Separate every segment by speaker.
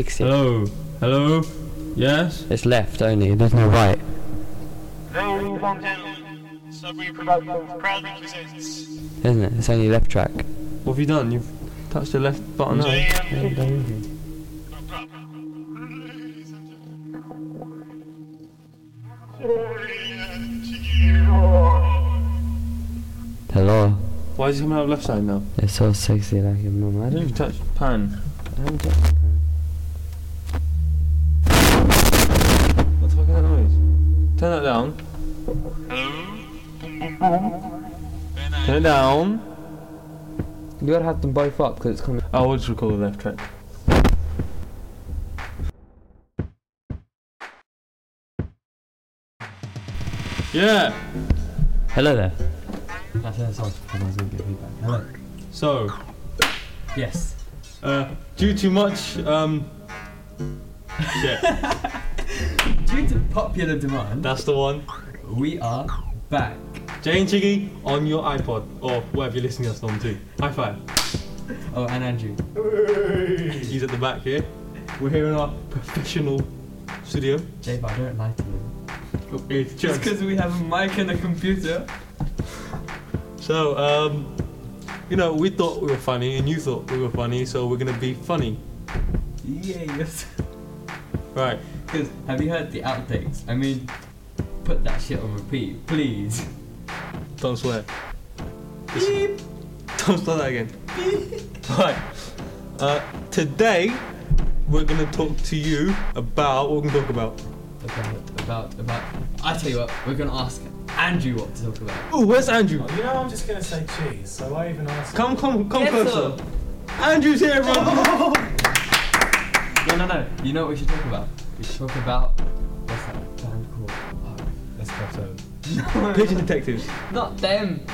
Speaker 1: fix it.
Speaker 2: Hello. Hello. Yes.
Speaker 1: It's left only, there's no right.
Speaker 3: Hello, Fontana. Subway Productions proudly presents
Speaker 1: Isn't it? It's only left track.
Speaker 2: What have you done? You've touched the left button.
Speaker 3: Jam. Glory to you,
Speaker 1: Hello.
Speaker 2: Why is it coming out left side now?
Speaker 1: It's so sexy like your mum. I don't
Speaker 2: You've touched pan.
Speaker 1: I haven't touched the pan.
Speaker 2: What the fuck is that noise? Turn that down.
Speaker 3: Hello. Boom, boom, boom. Then I
Speaker 2: Turn it down.
Speaker 1: You gotta have them both up because it's coming.
Speaker 2: I will Oh, just record the left track. Yeah.
Speaker 1: Hello there. I said it's off because I was gonna get feedback. Hello.
Speaker 2: So,
Speaker 1: Yes.
Speaker 2: uh, due to much um. Shit.
Speaker 1: Due to popular demand,
Speaker 2: That's the one.
Speaker 1: we are back.
Speaker 2: Jane Chiggy on your iPod or whatever you're listening to us on too. High five.
Speaker 1: Oh, and Andrew.
Speaker 2: He's at the back here. We're here in our professional studio.
Speaker 1: Jay, but I don't like him.
Speaker 2: It's
Speaker 4: Just
Speaker 2: just
Speaker 4: because we have a mic and a computer.
Speaker 2: so um, you know we thought we were funny and you thought we were funny, so we're gonna be funny,
Speaker 4: Yes.
Speaker 2: right?
Speaker 4: Because have you heard the outtakes? I mean, put that shit on repeat, please.
Speaker 2: Don't swear. Beep. Don't start that again. Right. Uh, today we're gonna talk to you about what we're gonna talk about.
Speaker 4: About, about, about. I tell you what, we're gonna ask Andrew what to talk about.
Speaker 2: Oh, where's Andrew?
Speaker 5: You know, I'm just gonna say cheese, so why even ask?
Speaker 2: Come, come, come
Speaker 4: Yes,
Speaker 2: closer. Andrew's here, everyone.
Speaker 4: No, no, no. You know what we should talk about? We should talk about what's that band called?
Speaker 5: Let's go to
Speaker 2: Pigeon detectives.
Speaker 4: Oh, not them.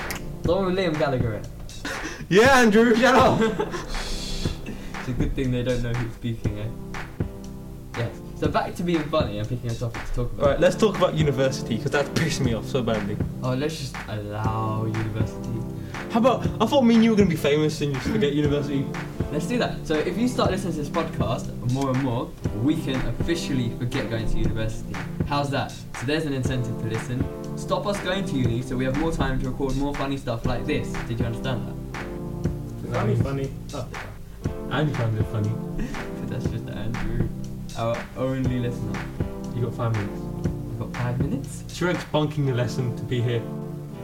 Speaker 4: The one with Liam Gallagher. in it.
Speaker 2: Yeah, Andrew, shut up.
Speaker 4: It's a good thing they don't know who's speaking, eh? Yes. So back to being funny and picking a topic to talk about.
Speaker 2: Alright, let's talk about university because that pissed me off so badly.
Speaker 4: Oh, let's just allow university.
Speaker 2: How about I thought me and you were gonna be famous and you just forget university.
Speaker 4: Let's do that. So if you start listening to this podcast more and more, we can officially forget going to university. How's that? So there's an incentive to listen. Stop us going to uni so we have more time to record more funny stuff like this. Did you understand that?
Speaker 5: Funny, funny. Oh.
Speaker 2: Andy found it funny.
Speaker 4: But that's just Andrew, our only listener.
Speaker 2: You got five minutes.
Speaker 4: We've got five minutes.
Speaker 2: Shrek's bunking the lesson to be here.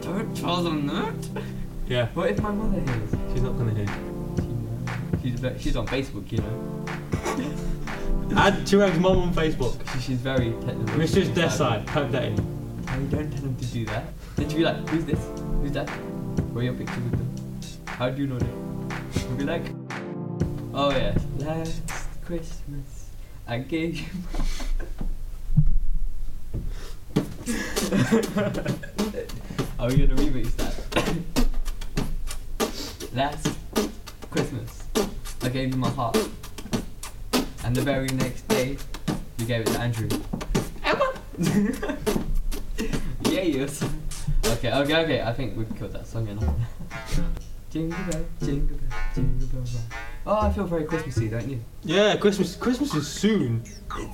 Speaker 4: Don't tell them that.
Speaker 2: Yeah,
Speaker 4: What if my mother hears?
Speaker 2: she's not gonna hear.
Speaker 4: She knows. She's, ve- she's on Facebook, you know.
Speaker 2: Add Shrek's mum on Facebook.
Speaker 4: She, she's very technical.
Speaker 2: Mrs. Desai, type that in.
Speaker 4: No, you don't tell them to do that. Then she'll be like, who's this? Who's that? Where are your pictures with them? How do you know them? She'll be like, oh yes, last Christmas I gave you. are we gonna remix that? last Christmas I gave you my heart, and the very next day you gave it to Andrew. Emma. Yeah, yes. Okay, okay, okay. I think we've killed that song enough. jingle bell, jingle bell, jingle bell rock. Oh, I feel very Christmassy, don't you?
Speaker 2: Yeah, Christmas. Christmas is soon.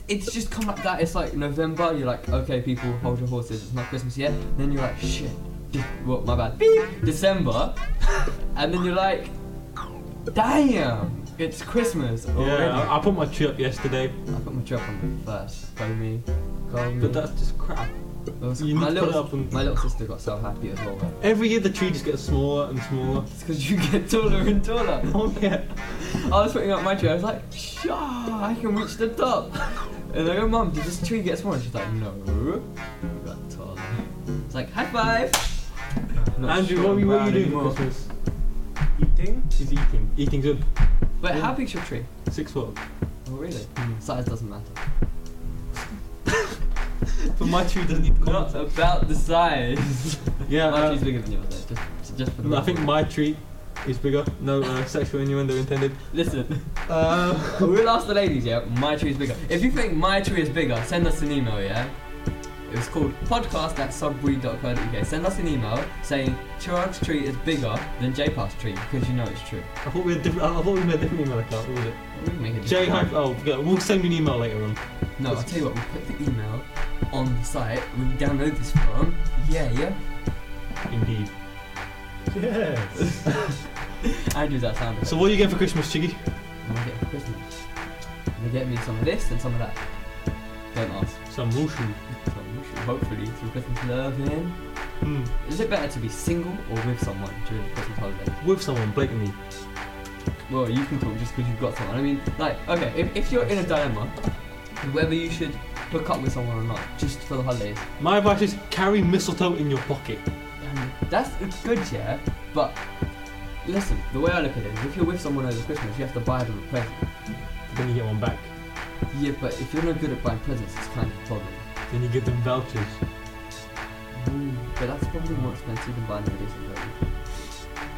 Speaker 4: It's just come like that. It's like November. You're like, okay, people, hold your horses. It's not Christmas yet. Then you're like, shit. De- what? My bad. Beep. December. and then you're like, damn, it's Christmas already.
Speaker 2: Yeah, I, I put my tree up yesterday,
Speaker 4: I put my job on the first. Go me. Go me.
Speaker 2: but that's just crap.
Speaker 4: That was-
Speaker 2: you need
Speaker 4: my
Speaker 2: to put
Speaker 4: little,
Speaker 2: it up on-
Speaker 4: my little sister got so happy as well. though.
Speaker 2: Every year the tree just gets smaller and smaller.
Speaker 4: It's because you get taller and taller.
Speaker 2: Oh yeah.
Speaker 4: I was putting up my tree. I was like, "Sha, I can reach the top." And I go, "Mum, did this tree get smaller?" She's like, "No, it got taller." It's like, "High five!" Not
Speaker 2: Andrew,
Speaker 4: sure
Speaker 2: what, are you- what are
Speaker 4: about
Speaker 2: you doing for
Speaker 4: anymore.
Speaker 2: Christmas?
Speaker 5: Eating?
Speaker 2: She's eating. Eating good.
Speaker 4: Wait, how big's your tree?
Speaker 2: Six foot.
Speaker 4: Oh, really? Size doesn't matter.
Speaker 2: But my tree doesn't need.
Speaker 4: Not about the size.
Speaker 2: Yeah.
Speaker 4: my
Speaker 2: uh,
Speaker 4: tree's bigger than yours. Though. Just, just for the
Speaker 2: I think
Speaker 4: record.
Speaker 2: my tree is bigger. No uh, sexual innuendo intended.
Speaker 4: Listen,
Speaker 2: Uh,
Speaker 4: we'll ask the ladies. Yeah, my tree's bigger. If you think my tree is bigger, send us an email. Yeah. It was called podcast at sudbury.co.uk. Send us an email saying Chirag's tree is bigger than JPA's tree because you know it's true.
Speaker 2: I thought we had different. I thought we made a different email account. What was it?
Speaker 4: We can make it
Speaker 2: J hyphen. Oh, yeah, we'll send you an email later on.
Speaker 4: No, I'll tell you what, we'll put the email on the site. We can download this from. Yeah, yeah.
Speaker 2: Indeed.
Speaker 5: Yes.
Speaker 4: Andrew's our sound.
Speaker 2: So what are you getting for Christmas, Chiggy?
Speaker 4: I'm gonna get for Christmas. I'm gonna get me some of this and some of that. Don't ask.
Speaker 2: Some Russian.
Speaker 4: So we should hopefully through Christmas love in.
Speaker 2: Hmm.
Speaker 4: Is it better to be single or with someone during the Christmas holiday?
Speaker 2: With someone, blatantly.
Speaker 4: Well, you can talk just because you've got someone. I mean, like, okay, if, if you're in a dilemma, whether you should hook up with someone or not, just for the holidays,
Speaker 2: My advice is carry mistletoe in your pocket.
Speaker 4: Um, That's it's good, yeah, but listen, the way I look at it is if you're with someone over Christmas, you have to buy them a present.
Speaker 2: Then you get one back.
Speaker 4: Yeah, but if you're not good at buying presents, it's kind of a problem.
Speaker 2: Then you give them vouchers.
Speaker 4: But that's probably more expensive than buying them a decent present.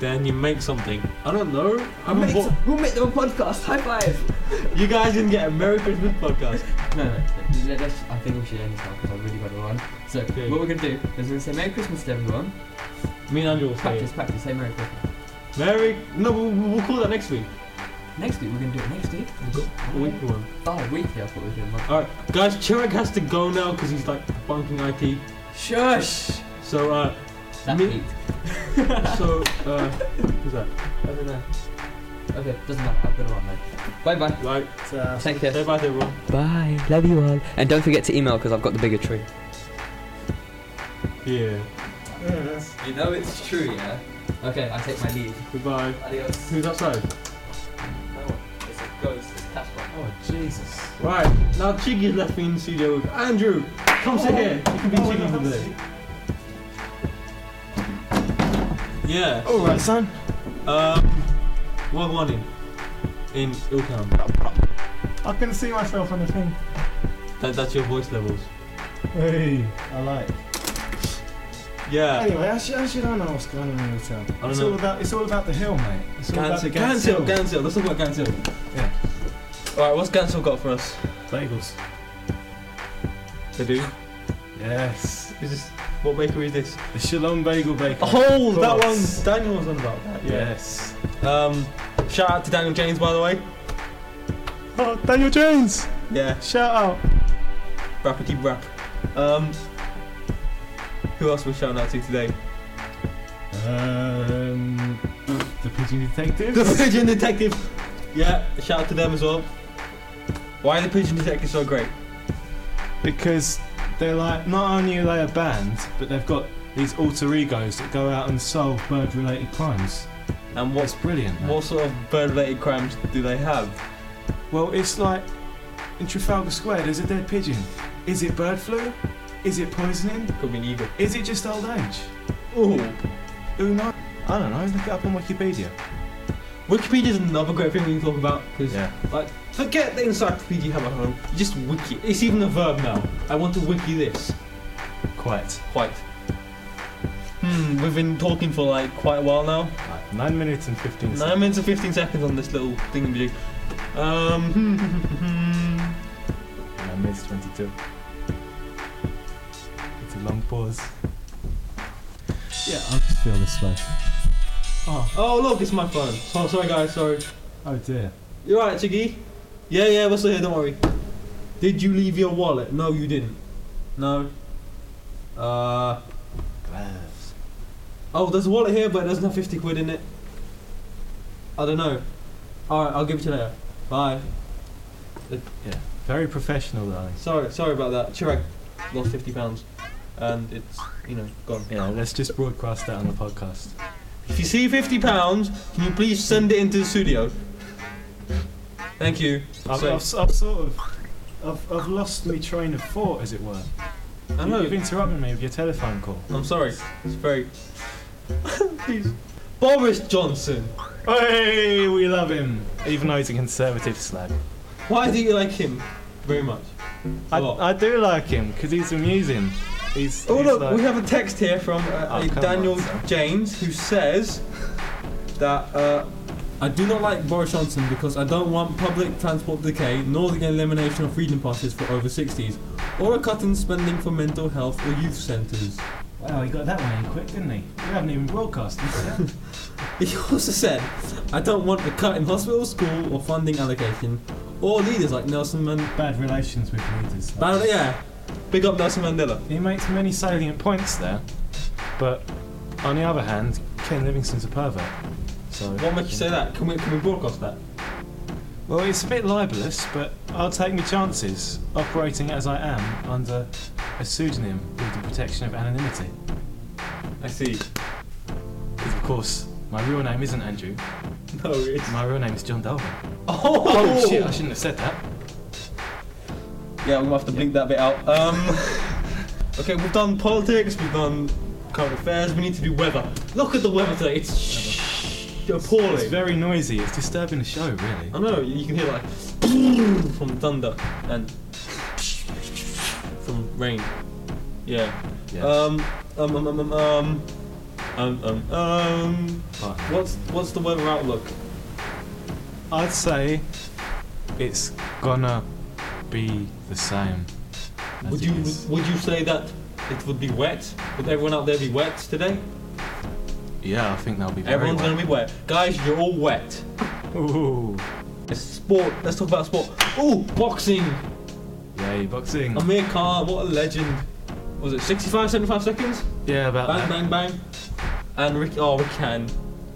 Speaker 2: Then you make something. I don't know. I
Speaker 4: We'll
Speaker 2: haven't
Speaker 4: make,
Speaker 2: bought-
Speaker 4: some- we'll make them a podcast, high five!
Speaker 2: You guys didn't get a Merry Christmas podcast.
Speaker 4: No, no, let- let's, I think we should end this now because I've really got to run. So,
Speaker 2: Okay.
Speaker 4: what we're going to do is we're going to say Merry Christmas to everyone.
Speaker 2: Me and Andrew will say
Speaker 4: Practice,
Speaker 2: it.
Speaker 4: practice, say Merry Christmas.
Speaker 2: Merry. No, we'll, we'll call that next week.
Speaker 4: Next week, we're going to do it next week.
Speaker 2: We've got a week for one.
Speaker 4: Oh, weekly, I thought we were doing monthly.
Speaker 2: Alright, guys, Chirag has to go now because he's like bunking IT.
Speaker 4: Shush!
Speaker 2: So, uh,
Speaker 4: That
Speaker 2: Me-
Speaker 4: week.
Speaker 2: so, uh, who's that?
Speaker 4: I don't know. Okay, doesn't matter. I've got to run now. Bye bye.
Speaker 2: Right,
Speaker 5: Uh,
Speaker 4: Take care.
Speaker 2: say bye to everyone.
Speaker 4: Bye. Love you all. And don't forget to email because I've got the bigger tree.
Speaker 2: Yeah.
Speaker 5: yes.
Speaker 4: You know it's true, yeah? Okay, I take my leave.
Speaker 2: Goodbye.
Speaker 4: Adios.
Speaker 2: Who's outside?
Speaker 4: No, it's a ghost. It's Casper.
Speaker 5: Oh, Jesus.
Speaker 2: Right, now Chiggy's left me in the studio with Andrew. Come sit here. You can be Chiggy today. Yeah.
Speaker 5: Alright, son.
Speaker 2: Um, one one in in Ilkham.
Speaker 5: I can see myself on the thing.
Speaker 2: That, that's your voice levels.
Speaker 5: Hey, I like.
Speaker 2: Yeah.
Speaker 5: Anyway, I, sh- I should know what's going on in the hotel.
Speaker 2: don't
Speaker 5: it's
Speaker 2: know.
Speaker 5: all about it's all about the hill, mate. It's all about the
Speaker 2: Gansel,
Speaker 5: Gans
Speaker 2: Gansel,
Speaker 5: hill.
Speaker 2: Gansel. Let's talk about Gansel.
Speaker 5: Yeah.
Speaker 2: Alright, what's Gansel got for us?
Speaker 5: Bagels.
Speaker 2: They do.
Speaker 5: Yes.
Speaker 2: Is this what bakery is this?
Speaker 5: The Shalom Bagel Bakery.
Speaker 2: Oh,
Speaker 5: Of
Speaker 2: that one.
Speaker 5: course.
Speaker 2: Daniel was on about that.
Speaker 5: Yes.
Speaker 2: Um, shout out to Daniel James, by the way.
Speaker 5: Oh, Daniel Jones.
Speaker 2: Yeah.
Speaker 5: Shout out.
Speaker 2: Rappity rap. Um, who else we shouting out to today?
Speaker 5: Um, the Pigeon Detective.
Speaker 2: The Pigeon Detective. Yeah, shout out to them as well. Why are the Pigeon Detectives so great?
Speaker 5: because they're like not only are they a band, but they've got these alter egos that go out and solve bird-related crimes.
Speaker 2: And
Speaker 5: What's
Speaker 2: what
Speaker 5: brilliant. man.
Speaker 2: what sort of bird-related crimes do they have?
Speaker 5: Well, it's like in Trafalgar Square. There's a dead pigeon. Is it bird flu? Is it poisoning?
Speaker 2: Could be an eagle.
Speaker 5: Is it just old age?
Speaker 2: Ooh.
Speaker 5: Who knows? I don't know. Look it up on Wikipedia.
Speaker 2: Wikipedia's another great thing we can talk about because forget the encyclopedia you have at home. You just wiki. It's even a verb now. I want to wiki this.
Speaker 5: Quite.
Speaker 2: Quite. Hmm. We've been talking for like quite a while now.
Speaker 5: Like, Nine minutes and fifteen. seconds.
Speaker 2: Nine minutes and 15 seconds on this little thingamajig. Um,
Speaker 5: And I missed 22. It's a long pause. Yeah, I just feel this way. Oh,
Speaker 2: oh, look, it's my phone. Oh, sorry, guys, sorry.
Speaker 5: oh dear.
Speaker 2: You're right, Chiggy. Yeah, yeah, we're still here, don't worry. Did you leave your wallet? No, you didn't. No. Uh,
Speaker 5: Gloves.
Speaker 2: oh, there's a wallet here, but it doesn't have 50 quid in it. I don't know. Alright, I'll give it to you later. Bye.
Speaker 5: Yeah. Very professional, darling.
Speaker 2: Sorry, sorry about that. Chirag lost 50 pounds. And it's, you know, gone.
Speaker 5: Yeah, let's just broadcast that on the podcast.
Speaker 2: If you see 50 pounds, can you please send it into the studio? Thank you.
Speaker 5: I've,
Speaker 2: So-
Speaker 5: I've, I've sort of. I've, I've lost my train of thought, as it were.
Speaker 2: I
Speaker 5: You-
Speaker 2: know.
Speaker 5: You've interrupted me with your telephone call.
Speaker 2: I'm sorry. It's very. Please. Boris Johnson.
Speaker 5: Hey, we love him, even though he's a conservative slag.
Speaker 2: Why do you like him very much?
Speaker 5: I,
Speaker 2: A lot.
Speaker 5: I do like him because he's amusing. He's.
Speaker 2: Oh
Speaker 5: he's
Speaker 2: look,
Speaker 5: like-
Speaker 2: we have a text here from uh,
Speaker 5: Oh,
Speaker 2: a
Speaker 5: come
Speaker 2: Daniel
Speaker 5: on, son.
Speaker 2: James who says that uh, I do not like Boris Johnson because I don't want public transport decay nor the elimination of freedom passes for over 60s. or a cut in spending for mental health or youth centres.
Speaker 5: Wow, he got that one in quick, didn't he? You haven't even broadcast this yet.
Speaker 2: He also said, I don't want a cut in hospital, school, or funding allocation, or leaders like Nelson Mandela.
Speaker 5: Bad relations with leaders.
Speaker 2: Yeah, big up Nelson Mandela.
Speaker 5: He makes many salient points there, but on the other hand, Ken Livingston's a pervert. So
Speaker 2: What makes you say that? Can we, can we broadcast that?
Speaker 5: Well, it's a bit libelous, but I'll take my chances, operating as I am under a pseudonym with the protection of anonymity.
Speaker 2: I see.
Speaker 5: Of course, my real name isn't Andrew.
Speaker 2: No, it's.
Speaker 5: My real name is John Dalvin.
Speaker 2: Oh,
Speaker 5: Oh shit! I shouldn't have said that.
Speaker 2: Yeah, we'll have to bleep that bit out. Um, okay, we've done politics, we've done current affairs, we need to do weather. Look at the weather today, it's sh- appalling.
Speaker 5: It's very noisy. It's disturbing the show, really.
Speaker 2: I know, you can hear like from thunder and from rain. Yeah.
Speaker 5: Yeah.
Speaker 2: Um, um, um, um, um, um, um, um, um,
Speaker 5: But
Speaker 2: what's, what's the weather outlook?
Speaker 5: I'd say it's gonna be the same. as
Speaker 2: Would
Speaker 5: it
Speaker 2: you,
Speaker 5: is.
Speaker 2: would you say that it would be wet? Would everyone out there be wet today?
Speaker 5: Yeah, I think that'll be. very
Speaker 2: Everyone's gonna be wet. Guys, you're all wet.
Speaker 5: well. Ooh.
Speaker 2: It's sport. Let's talk about sport. Oh, boxing.
Speaker 5: Yay, boxing.
Speaker 2: Amir Khan, what a legend. Was it 65, 75 seconds?
Speaker 5: yeah, about
Speaker 2: Bang,
Speaker 5: that.
Speaker 2: bang, bang. And Ricky, oh, Ricky Cannon.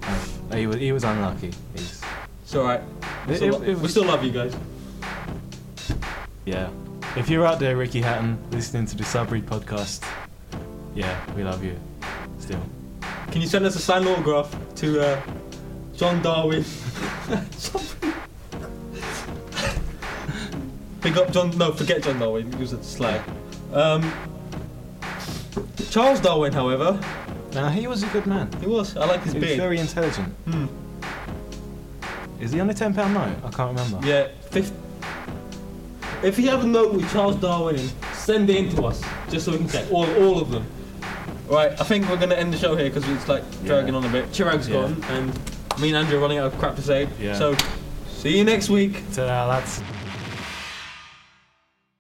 Speaker 5: Oh, he was he was unlucky. He's
Speaker 2: It's alright. We
Speaker 5: It-
Speaker 2: still,
Speaker 5: it- it
Speaker 2: we
Speaker 5: was-
Speaker 2: still love you guys.
Speaker 5: yeah. If you're out there, Ricky Hatton, listening to the Subread podcast, yeah, we love you. Still.
Speaker 2: Can you send us a signed autograph to uh, John Darwin? Pick up John. No, forget John Darwin. He was a slag. Um, Charles Darwin, however,
Speaker 5: Now he was a good man.
Speaker 2: he was. I like his
Speaker 5: He was
Speaker 2: beard.
Speaker 5: very intelligent.
Speaker 2: Hmm.
Speaker 5: Is he on a ten pound note? I can't remember.
Speaker 2: Yeah, fifth. If you have a note with Charles Darwin in, send it in to us, just so we can check all, all of them. Right, I think we're going to end the show here because it's like dragging on a bit. Chirag's
Speaker 5: Yeah.
Speaker 2: gone, and me and Andrew are running out of crap to say.
Speaker 5: Yeah.
Speaker 2: So, see you next week.
Speaker 5: So, uh, that's.